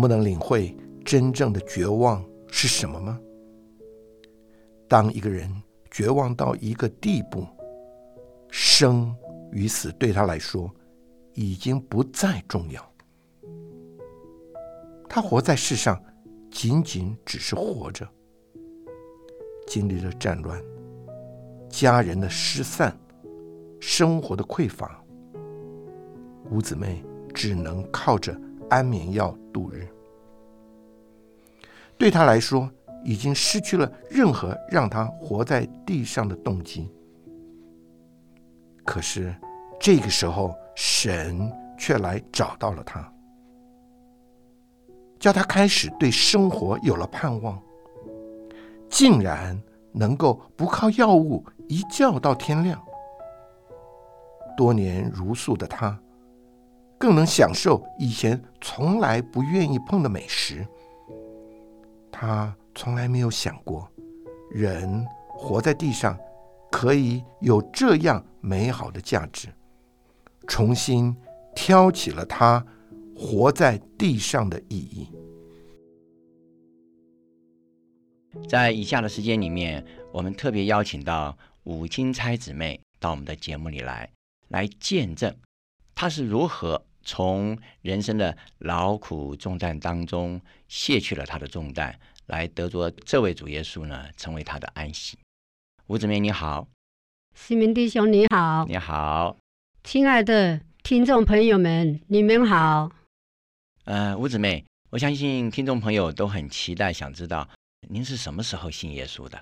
不能领会真正的绝望是什么吗？当一个人绝望到一个地步，生与死对他来说已经不再重要。他活在世上，仅仅只是活着。经历了战乱、家人的失散、生活的匮乏，五姊妹只能靠着安眠药度日。对她来说，已经失去了任何让她活在地上的动机。可是这个时候，神却来找到了她，叫她开始对生活有了盼望。竟然能够不靠药物一觉到天亮。多年如素的他，更能享受以前从来不愿意碰的美食。他从来没有想过，人活在地上可以有这样美好的价值，重新挑起了他活在地上的意义。在以下的时间里面，我们特别邀请到五金钗姊妹到我们的节目里来，来见证她是如何从人生的劳苦重担当中卸去了她的重担，来得着这位主耶稣呢，成为她的安息。五姊妹你好，西明弟兄你好，你好，亲爱的听众朋友们，你们好。呃，五姊妹，我相信听众朋友都很期待，想知道。您是什么时候信耶稣的？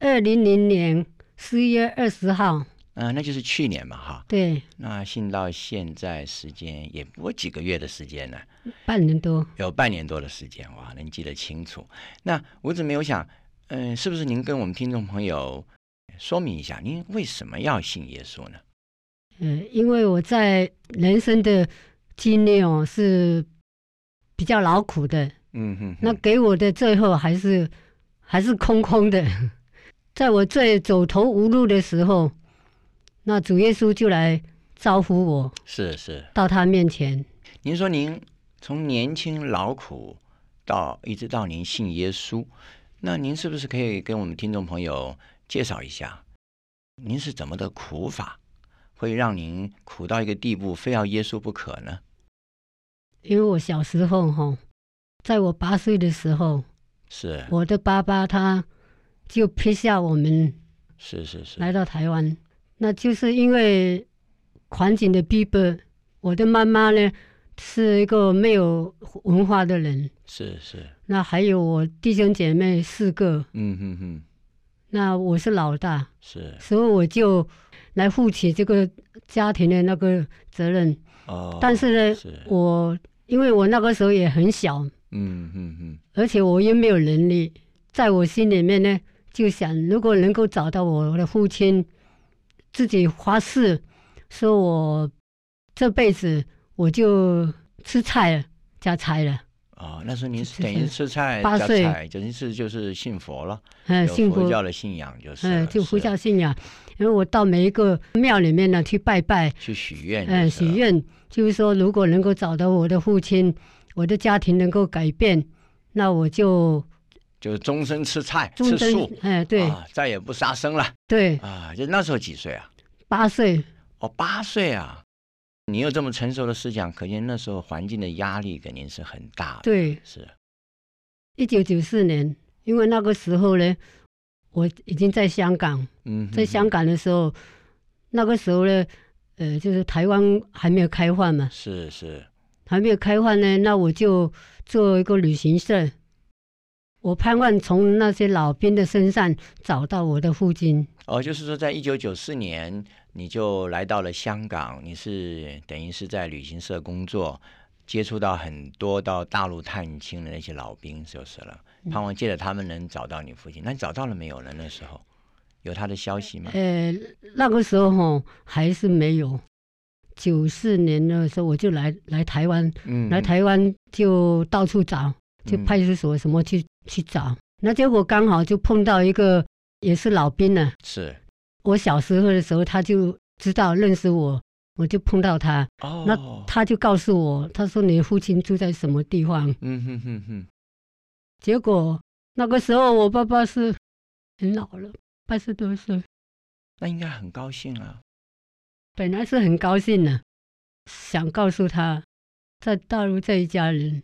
二零零年十一月二十号，嗯、那就是去年嘛，哈。对，那信到现在时间也不过几个月的时间呢，半年多。有半年多的时间，哇，能记得清楚。那我怎么有想，嗯、是不是您跟我们听众朋友说明一下，您为什么要信耶稣呢？嗯、因为我在人生的经历哦是比较劳苦的，嗯哼哼那给我的最后还是还是空空的。 在我最走投无路的时候，那主耶稣就来招呼我是是，到他面前。您说您从年轻劳苦到一直到您信耶稣，那您是不是可以跟我们听众朋友介绍一下，您是怎么的苦法，会让您苦到一个地步，非要耶稣不可呢？因为我小时候哈，在我八岁的时候，是我的爸爸他就撇下我们是是是，来到台湾，那就是因为环境的逼迫。我的妈妈呢是一个没有文化的人，是是，那还有我弟兄姐妹四个，嗯哼哼，那我是老大，是所以我就来负起这个家庭的那个责任。哦。但是呢，是我因为我那个时候也很小，嗯哼哼，而且我又没有能力，在我心里面呢，就想如果能够找到我的父亲，自己发誓，说我这辈子我就吃菜了，加菜了，哦，那时候您是是是等于是吃菜八加岁菜，等于是就是信佛了，嗯，有幸佛福，教的信仰就是了，嗯，就佛是啊教信仰。因为我到每一个庙里面呢去拜拜，去许愿，嗯，许，愿就是说，如果能够找到我的父亲，我的家庭能够改变，那我就就是终身吃菜吃终身素，，哎，对啊，再也不杀生了对，啊！就那时候几岁啊？八岁，哦，八岁啊！你有这么成熟的思想，可见那时候环境的压力给您是很大的，，对。是一九九四年，因为那个时候呢，我已经在香港，嗯哼哼，在香港的时候，那个时候呢，呃，就是台湾还没有开放嘛，是是还没有开放呢，那我就做一个旅行社，我盼望从那些老兵的身上找到我的父亲。哦，就是说，在一九九四年你就来到了香港，你是等于是在旅行社工作，接触到很多到大陆探亲的那些老兵，就是了，嗯盼望借着他们能找到你父亲。那你找到了没有呢？那时候有他的消息吗？呃，那个时候吼还是没有。九四年的时候，我就来来台湾，嗯，来台湾就到处找，去嗯派出所什么去、去找。那结果刚好就碰到一个也是老兵呢、嗯是我小时候的时候，他就知道认识我，我就碰到他，哦，那他就告诉我，他说你父亲住在什么地方。嗯哼哼哼，结果那个时候我爸爸是很老了，八十多岁，那应该很高兴啊。本来是很高兴的，想告诉他，在大陆这一家人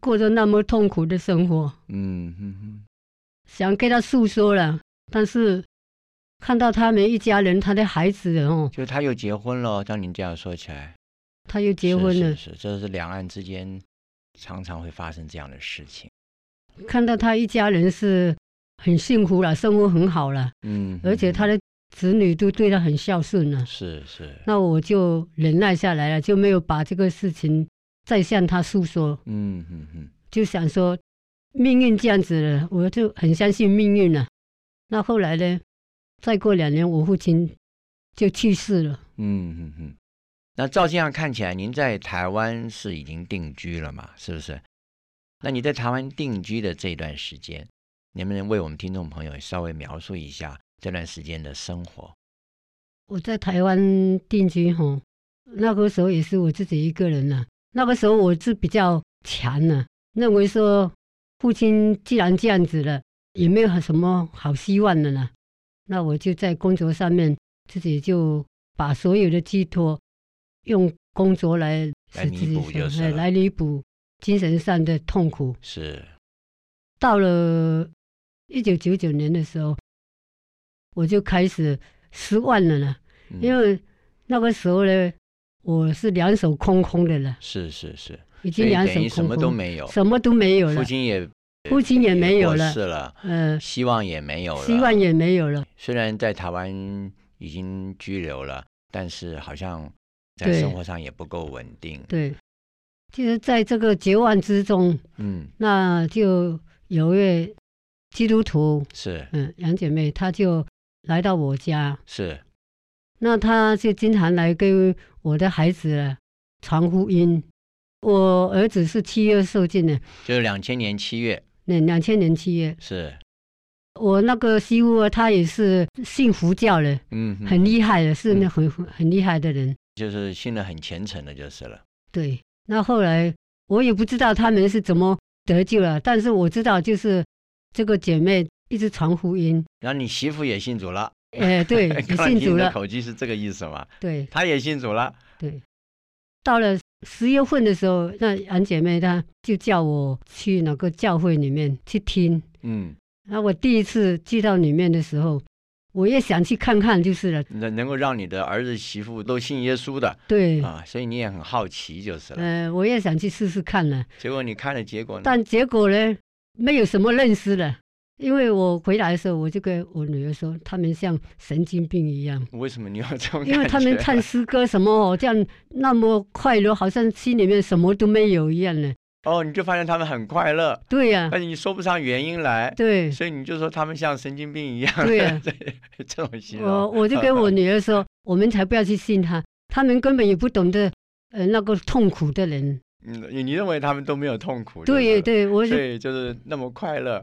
过着那么痛苦的生活，嗯哼哼，想跟他诉说了，但是看到他们一家人，他的孩子哦，就他又结婚了，照您这样说起来，他又结是婚了，是是，这是两岸之间常常会发生这样的事情。看到他一家人是很幸福了，生活很好了，嗯，而且他的的子女都对他很孝顺了。是是，那我就忍耐下来了，就没有把这个事情再向他诉说，嗯哼哼，就想说命运这样子了，我就很相信命运了。那后来呢，再过两年，我父亲就去世了。嗯哼哼。那照这样看起来，您在台湾是已经定居了嘛？是不是？那你在台湾定居的这段时间，能不能为我们听众朋友稍微描述一下这段时间的生活？我在台湾定居吼，那个时候也是我自己一个人了、那个时候我是比较强了、认为说父亲既然这样子了，也没有什么好希望的了，那我就在工作上面自己就把所有的寄托用工作来来使自弥己补就想是哎了来弥补精神上的痛苦。是，到了一九九九年的时候，我就开始失望了呢。嗯因为那个时候呢，我是两手空空的了，是是是，所已经以两等手于空空，什么都没有，什么都没有父了，亲也父亲也没有过了，世了，呃，希望也没有了。希望也没有了，虽然在台湾已经居留了，但是好像在对生活上也不够稳定。对。就是在这个绝望之中，嗯，那就有位基督徒，是嗯，杨姐妹，她就来到我家，是，那她就经常来跟我的孩子啊传福音。我儿子是七月受浸的，就是两千年七月那两千年七月，是，我那个媳妇啊，她也是信佛教的，嗯，哼很厉害的，是那嗯很很厉害的人。就是信的很虔诚的，就是了。对，那后来我也不知道他们是怎么得救了，但是我知道就是这个姐妹一直传福 音，然后你媳妇也信主了，哎， 对，也刚才信主听你的了，口气是这个意思吗？对她也信主了，对。到了十月份的时候，那杨姐妹她就叫我去哪个教会里面去听。嗯，那我第一次去到里面的时候，我也想去看看，就是了。能能够让你的儿子媳妇都信耶稣的对，啊，所以你也很好奇就是了。呃，我也想去试试看了。结果你看了结果呢？但结果呢，没有什么认识了。因为我回来的时候，我就跟我女儿说，他们像神经病一样，为什么你有这种感觉？因为他们唱诗歌什么哦，这样那么快乐，好像心里面什么都没有一样呢。 哦，你就发现他们很快乐，对呀、但是你说不上原因来，嗯对所以你就说他们像神经病一样，对呀、这 种形我容。我就跟我女儿说，我们才不要去信他，他们根本也不懂得呃那个痛苦的人。嗯你你认为他们都没有痛苦，对对对，我不，所是以就是那么快乐，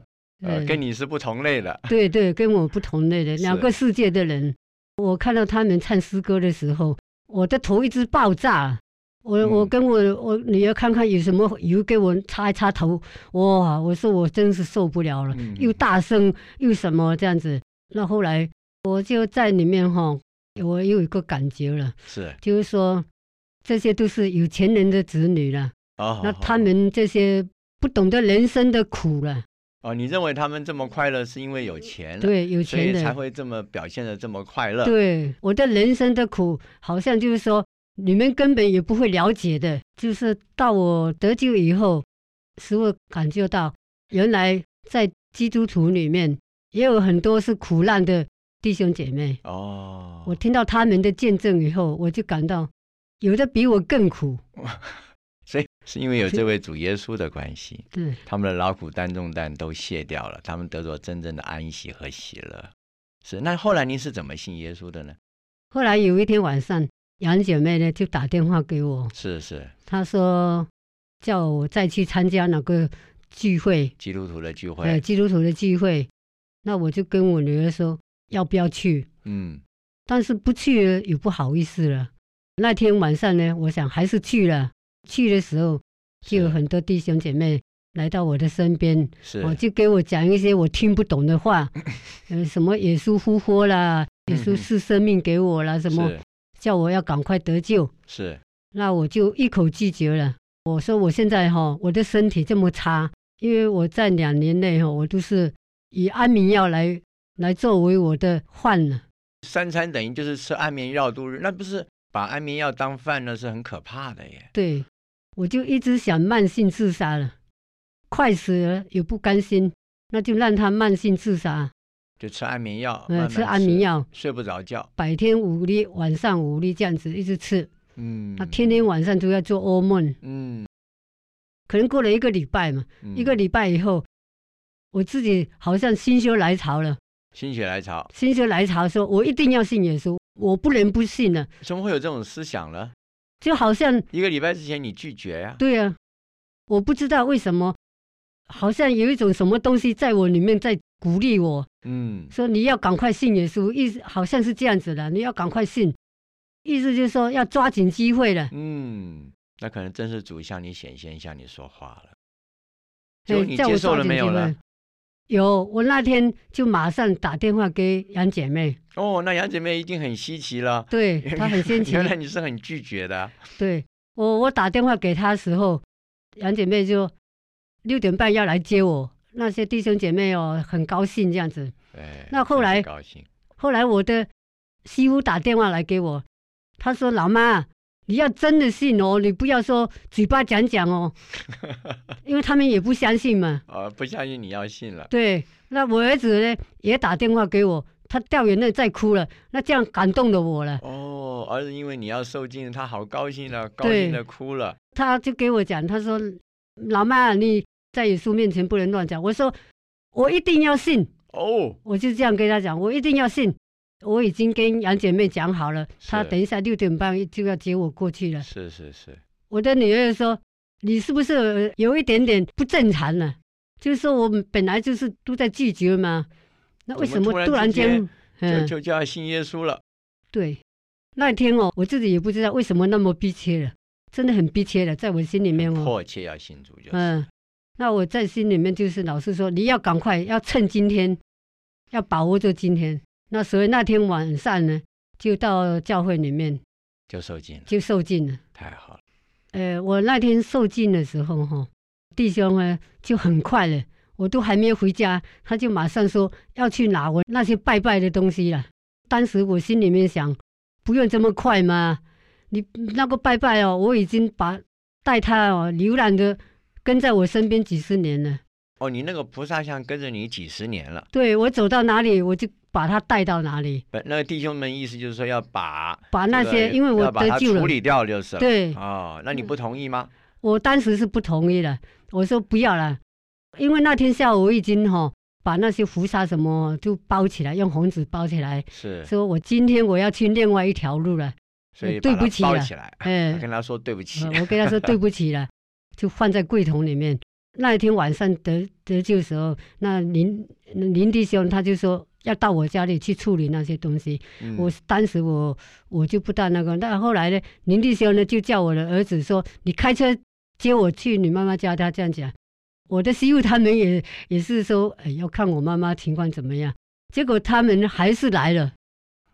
呃，嗯跟你是不同类 的。对对，跟我不同类的是两个世界的人。我看到他们唱诗歌的时候，我的头一直爆炸。我、我嗯跟我我女儿看看有什么油给我擦一擦头，哇！我说我真是受不了了，嗯又大声又什么这样子。那后来我就在里面哈，我又有一个感觉了，是就是说这些都是有钱人的子女了，哦，那好他们这些不懂得人生的苦了，哦，你认为他们这么快乐是因为有钱，，对，有嗯所钱以人才会这么表现的这么快 乐。对，我的人生的苦，好像就是说你们根本也不会了解的。就是到我得救以后，使我感觉到，原来在基督徒里面也有很多是苦难的弟兄姐妹。哦，我听到他们的见证以后，我就感到有的比我更苦。所以是因为有是这位主耶稣的关系，对，他们的劳苦担重担都卸掉了，他们得着真正的安息和喜乐。是，那后来您是怎么信耶稣的呢？后来有一天晚上，杨姐妹呢就打电话给我，是是，她说叫我再去参加哪个聚会。基督徒的聚呃，会，基督徒的聚会，那我就跟我女儿说要不要去，嗯，但是不去了也不好意思了，那天晚上呢，我想还是去了。去的时候，就有很多弟兄姐妹来到我的身边，是哦，就给我讲一些我听不懂的 话，呃，什么耶稣复活啦，嗯耶嗯稣赐生命给我啦，什么是叫我要赶快得救，是那我就一口拒绝了。我说我现在哈、我的身体这么差，因为我在两年内哈、我都是以安眠药来来作为我的饭了。三餐等于就是吃安眠药度日，那不是把安眠药当饭呢，是很可怕的耶。对，我就一直想慢性自杀了，快死了也不甘心，那就让他慢性自杀，就吃安眠药，哦慢呃，慢吃安眠，药，睡不着觉，白天五粒，晚上五粒这样子一直吃，嗯，他天天晚上都要做噩梦。嗯，可能过了一个礼拜嘛，嗯一个礼拜以后，我自己好像心血来潮了，心血来潮，心血来潮说，我一定要信耶稣，我不能不信了，怎么会有这种思想呢？就好像一个礼拜之前你拒绝呀、对啊，我不知道为什么，好像有一种什么东西在我里面在鼓励我。嗯，说你要赶快信耶稣，意思好像是这样子的，你要赶快信，意思就是说要抓紧机会了。嗯，那可能真是主向你显现，向你说话了。哎结果你叫我接受抓了紧没有机呢会？有，我那天就马上打电话给杨姐妹，哦，那杨姐妹一定很稀奇了。对她很先奇 原。来你是很拒绝的啊，对我，我打电话给她的时候，杨姐妹就六点半要来接我，那些弟兄姐妹哦很高兴这样子。哎，那后真是来高兴，后来我的媳妇打电话来给我，她说：“老妈，你要真的信哦，你不要说嘴巴讲讲哦，因为他们也不相信嘛。呃，不相信你要信了”，对，那我儿子呢也打电话给我，他掉眼泪再哭了，那这样感动了我了。哦，儿子因为你要受尽，他好高兴了，高兴的哭了。他就给我讲，他说：“老妈，你在耶稣面前不能乱讲。”我说：“我一定要信。”哦，我就这样跟他讲，我一定要信。我已经跟杨姐妹讲好了，是她等一下六点半就要接我过去了。是是是，我的女儿说：“你是不是呃有一点点不正常了、就是说我们本来就是都在拒绝嘛，那为什怎么么突然突然之间间？就嗯，就叫信耶稣了。对，那天哦，我自己也不知道为什么那么逼切了，真的很逼切了，在我心里面很哦，迫切要信主就是，嗯，那我在心里面就是老是说，你要赶快，要趁今天，要把握住今天。那所以那天晚上呢，就到教会里面就受尽了，就受浸了。太好了。呃，我那天受浸的时候哈，弟兄呢就很快了，我都还没有回家，他就马上说要去拿我那些拜拜的东西了。当时我心里面想，不用这么快嘛，你那个拜拜哦，我已经把带他哦浏览的跟在我身边几十年了，哦，你那个菩萨像跟着你几十年了。对我走到哪里我就把他带到哪里，本那个弟兄们意思就是说要把把那这些个因为我要把它得救了处，理掉就是了。对哦，那你不同意吗？我当时是不同意的，我说不要了，因为那天下午我已经哈、把那些浮沙什么就包起来，用红纸包起来，是，说我今天我要去另外一条路了，所以对把它不起包了起来， 哎、跟他说对不起呃。我跟他说对不起了，就放在柜桶里面。那一天晚上得得救的时候，那林林弟兄他就说要到我家里去处理那些东西，嗯我当时我我就不到那个，那后来呢，林弟兄呢就叫我的儿子说：“你开车接我去你妈妈家。”他这样讲，我的媳妇他们也也是说、哎，要看我妈妈情况怎么样。结果他们还是来了，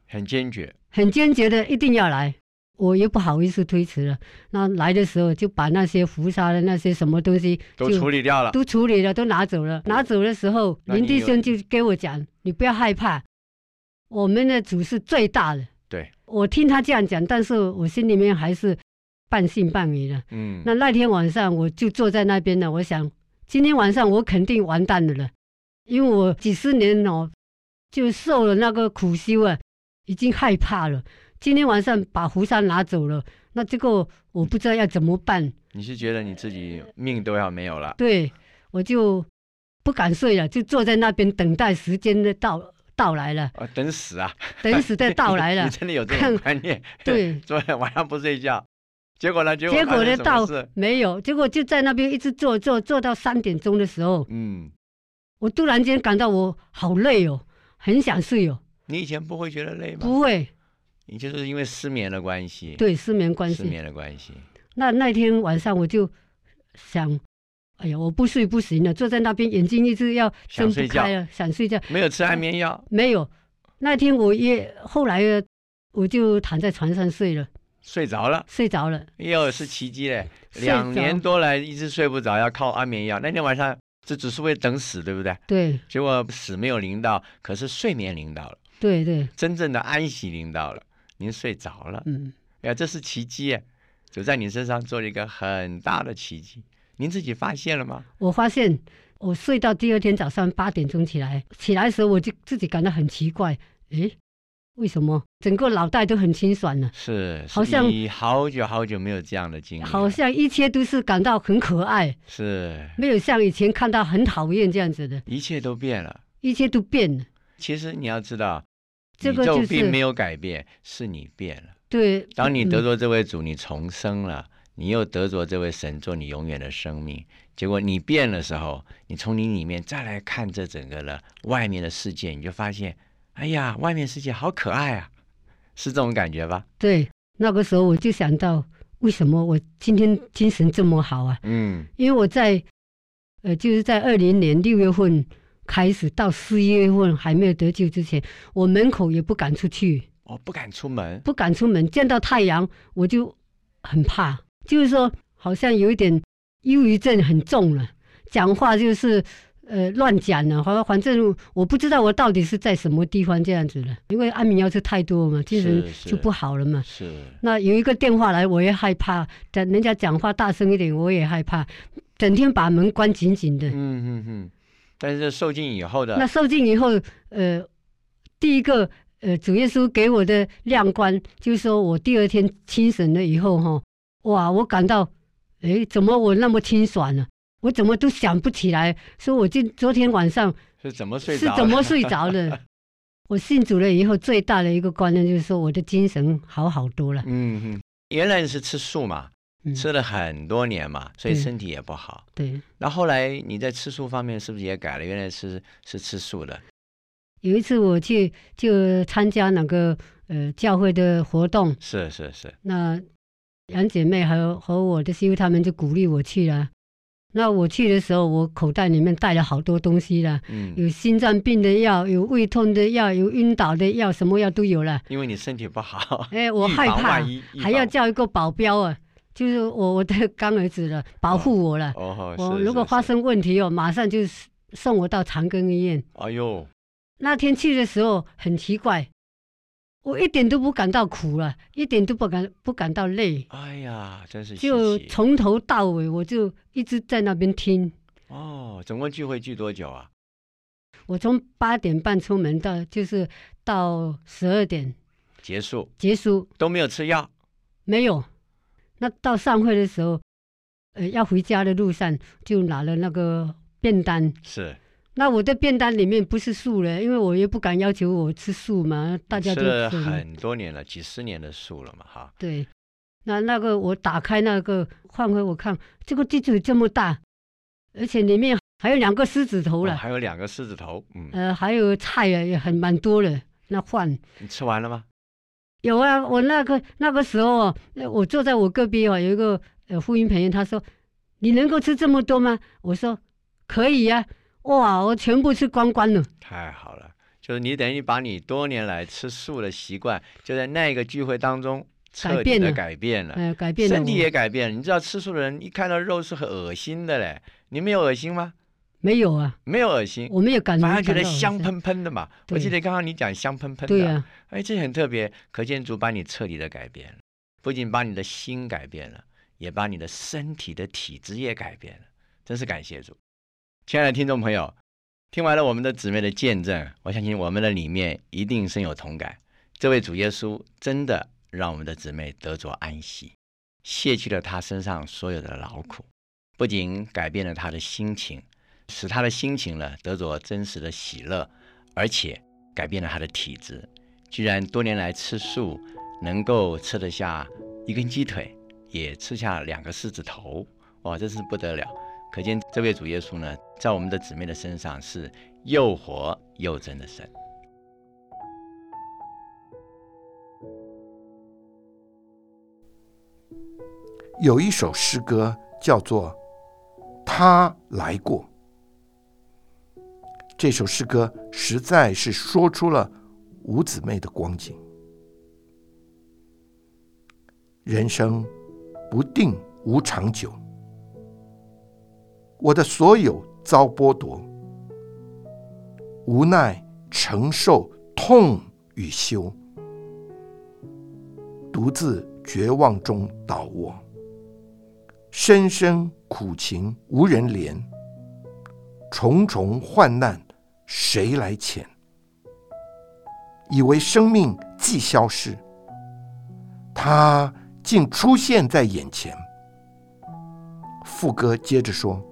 很坚决，很坚决的一定要来，我也不好意思推辞了。那来的时候就把那些浮沙的那些什么东西都就处理掉了。都处理了，都拿走了。拿走的时候，啊那你林弟有兄就给我讲：“你不要害怕，我们的主是最大的。”对，我听他这样讲，但是我心里面还是半信半疑的。嗯，那那天晚上我就坐在那边了，我想今天晚上我肯定完蛋了了，因为我几十年哦就受了那个苦修啊，已经害怕了。今天晚上把胡山拿走了，那这个我不知道要怎么办。你是觉得你自己命都要没有了？对，我就不敢睡了，就坐在那边等待时间的到到来了，啊，等死啊！等死的到来 你了。真的有这看种观念？对，昨天晚上不睡 觉，结果呢？结果结发果生呢什么到事没有，结果就在那边一直坐坐坐到三点钟的时候，嗯，我突然间感到我好累哦，很想睡哦，你以前不会觉得累吗？不会，你就是因为失眠的关系，对失眠关失系。眠的关系，那那天晚上我就想，哎呀，我不睡不行了，坐在那边眼睛一直要想睁睡不觉开了，想睡觉。没有吃安眠药，没有，那天我也后来呃我就躺在床上睡了，睡着了，睡着了。又是奇迹嘞！睡着两年多来一直睡不着，要靠安眠药。那天晚上这只是为了等死，对不对？对结果死没有临到，可是睡眠临到了，对对，真正的安息临到了，您睡着了。嗯，哎呀，这是奇迹耶！主在你身上做了一个很大的奇迹，您自己发现了吗？我发现我睡到第二天早上八点钟起来，起来的时候我就自己感到很奇怪，诶，为什么整个脑袋都很清爽啊了？是，是好像你好久好久没有这样的经历了，好像一切都是感到很可爱，是没有像以前看到很讨厌这样子的，一切都变了。一切都变了。其实你要知道，这个宇宙就是并没有改变，是你变了。对，当你嗯得着这位主，你重生了，你又得着这位神，做你永远的生命。结果你变的时候，你从你里面再来看这整个的外面的世界，你就发现，哎呀，外面世界好可爱啊，是这种感觉吧？对那个时候我就想到，为什么我今天精神这么好啊？嗯，因为我在呃，就是在二零年六月份开始到四月份还没有得救之前，我门口也不敢出去，我不敢出门，不敢出门，见到太阳我就很怕，就是说好像有一点忧郁症很重了，讲话就是。呃，乱讲了，反反正我不知道我到底是在什么地方这样子的，因为安眠药吃太多嘛，精神是是就不好了嘛。是那有一个电话来，我也害怕；讲人家讲话大声一点，我也害怕。整天把门关紧紧的。嗯嗯嗯，但是受尽以后那的，受尽以后，呃，第一个呃，主耶稣给我的亮光，就是说我第二天清醒了以后，哈，哇，我感到，诶，怎么我那么清爽呢、我怎么都想不起来，说我今昨天晚上是怎么睡是着？怎么？睡 着的。我信主了以后，最大的一个观念就是说，我的精神好好多了。嗯嗯，原来是吃素嘛，嗯，吃了很多年嘛，所以对身体也不好。对。那后来你在吃素方面是不是也改了？原来是是吃素的，有一次我去就参加那个呃教会的活动，是是是，那杨姐妹还有和我的师傅他们就鼓励我去了。那我去的时候，我口袋里面带了好多东西了，嗯，有心脏病的药，有胃痛的药，有晕倒的药，什么药都有了。因为你身体不好，哎， 我预害防怕万，一预还要防叫一个保镖啊，就是我我的干儿子了，保护我了。哦，我是如果是发是生问题哦，马上就送我到长庚医院。哎呦，那天去的时候很奇怪，我一点都不感到苦了，一点都不感不感到累，哎呀，真是稀就奇从头到尾我就一直在那边听。哦，总共聚会聚多久啊？我从八点半出门到就是到十二点结束结束，都没有吃药，没有。那到散会的时候，呃，要回家的路上就拿了那个便当。是那我的便当里面不是素了，因为我也不敢要求我吃素嘛，大家吃都了嘛很多年了，几十年的素了嘛，哈，对，那那个我打开那个换回我看，这个地址这么大，而且里面还有两个狮子头哦了，还有两个狮子头，嗯，呃，还有菜啊，也很蛮多的。那换你吃完了吗？有啊，我那个那个时候啊，呃我坐在我隔壁哦，有一个呃妇音朋友，他说你能够吃这么多吗？我说可以呀、哇，我全部吃光光了。太好了，就是你等于把你多年来吃素的习惯，就在那个聚会当中彻底的改变了，呃，改变了身体我也改变了。你知道吃素的人一看到肉是很恶心的嘞，你们有恶心吗？没有啊，没有恶心，我没有感反而觉感得到恶香心喷喷的嘛。对我记得刚刚你讲香喷喷的，对啊，哎，这很特别，可见主把你彻底的改变了，不仅把你的心改变了，也把你的身体的体质也改变了，真是感谢主。亲爱的听众朋友，听完了我们的姊妹的见证，我相信我们的里面一定深有同感。这位主耶稣真的让我们的姊妹得着安息，卸去了她身上所有的劳苦，不仅改变了她的心情，使她的心情呢得着真实的喜乐，而且改变了她的体质，居然多年来吃素，能够吃得下一根鸡腿，也吃下两个狮子头，哇，真是不得了！可见这位主耶稣呢，在我们的姊妹的身上是又活又真的神。有一首诗歌叫做《他来过》。这首诗歌实在是说出了五姊妹的光景。人生不定无长久，我的所有遭剥夺，无奈承受痛与羞，独自绝望中倒卧，深深苦情无人怜，重重患难谁来遣？以为生命即消逝，他竟出现在眼前。副歌接着说：“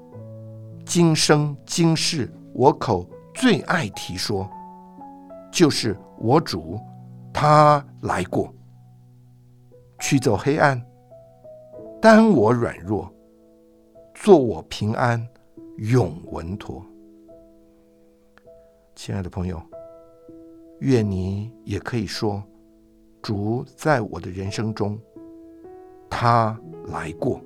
今生今世，我口最爱提说，就是我主，他来过，驱走黑暗，担我软弱，做我平安，永稳妥。”亲爱的朋友，愿你也可以说：“主在我的人生中，他来过。”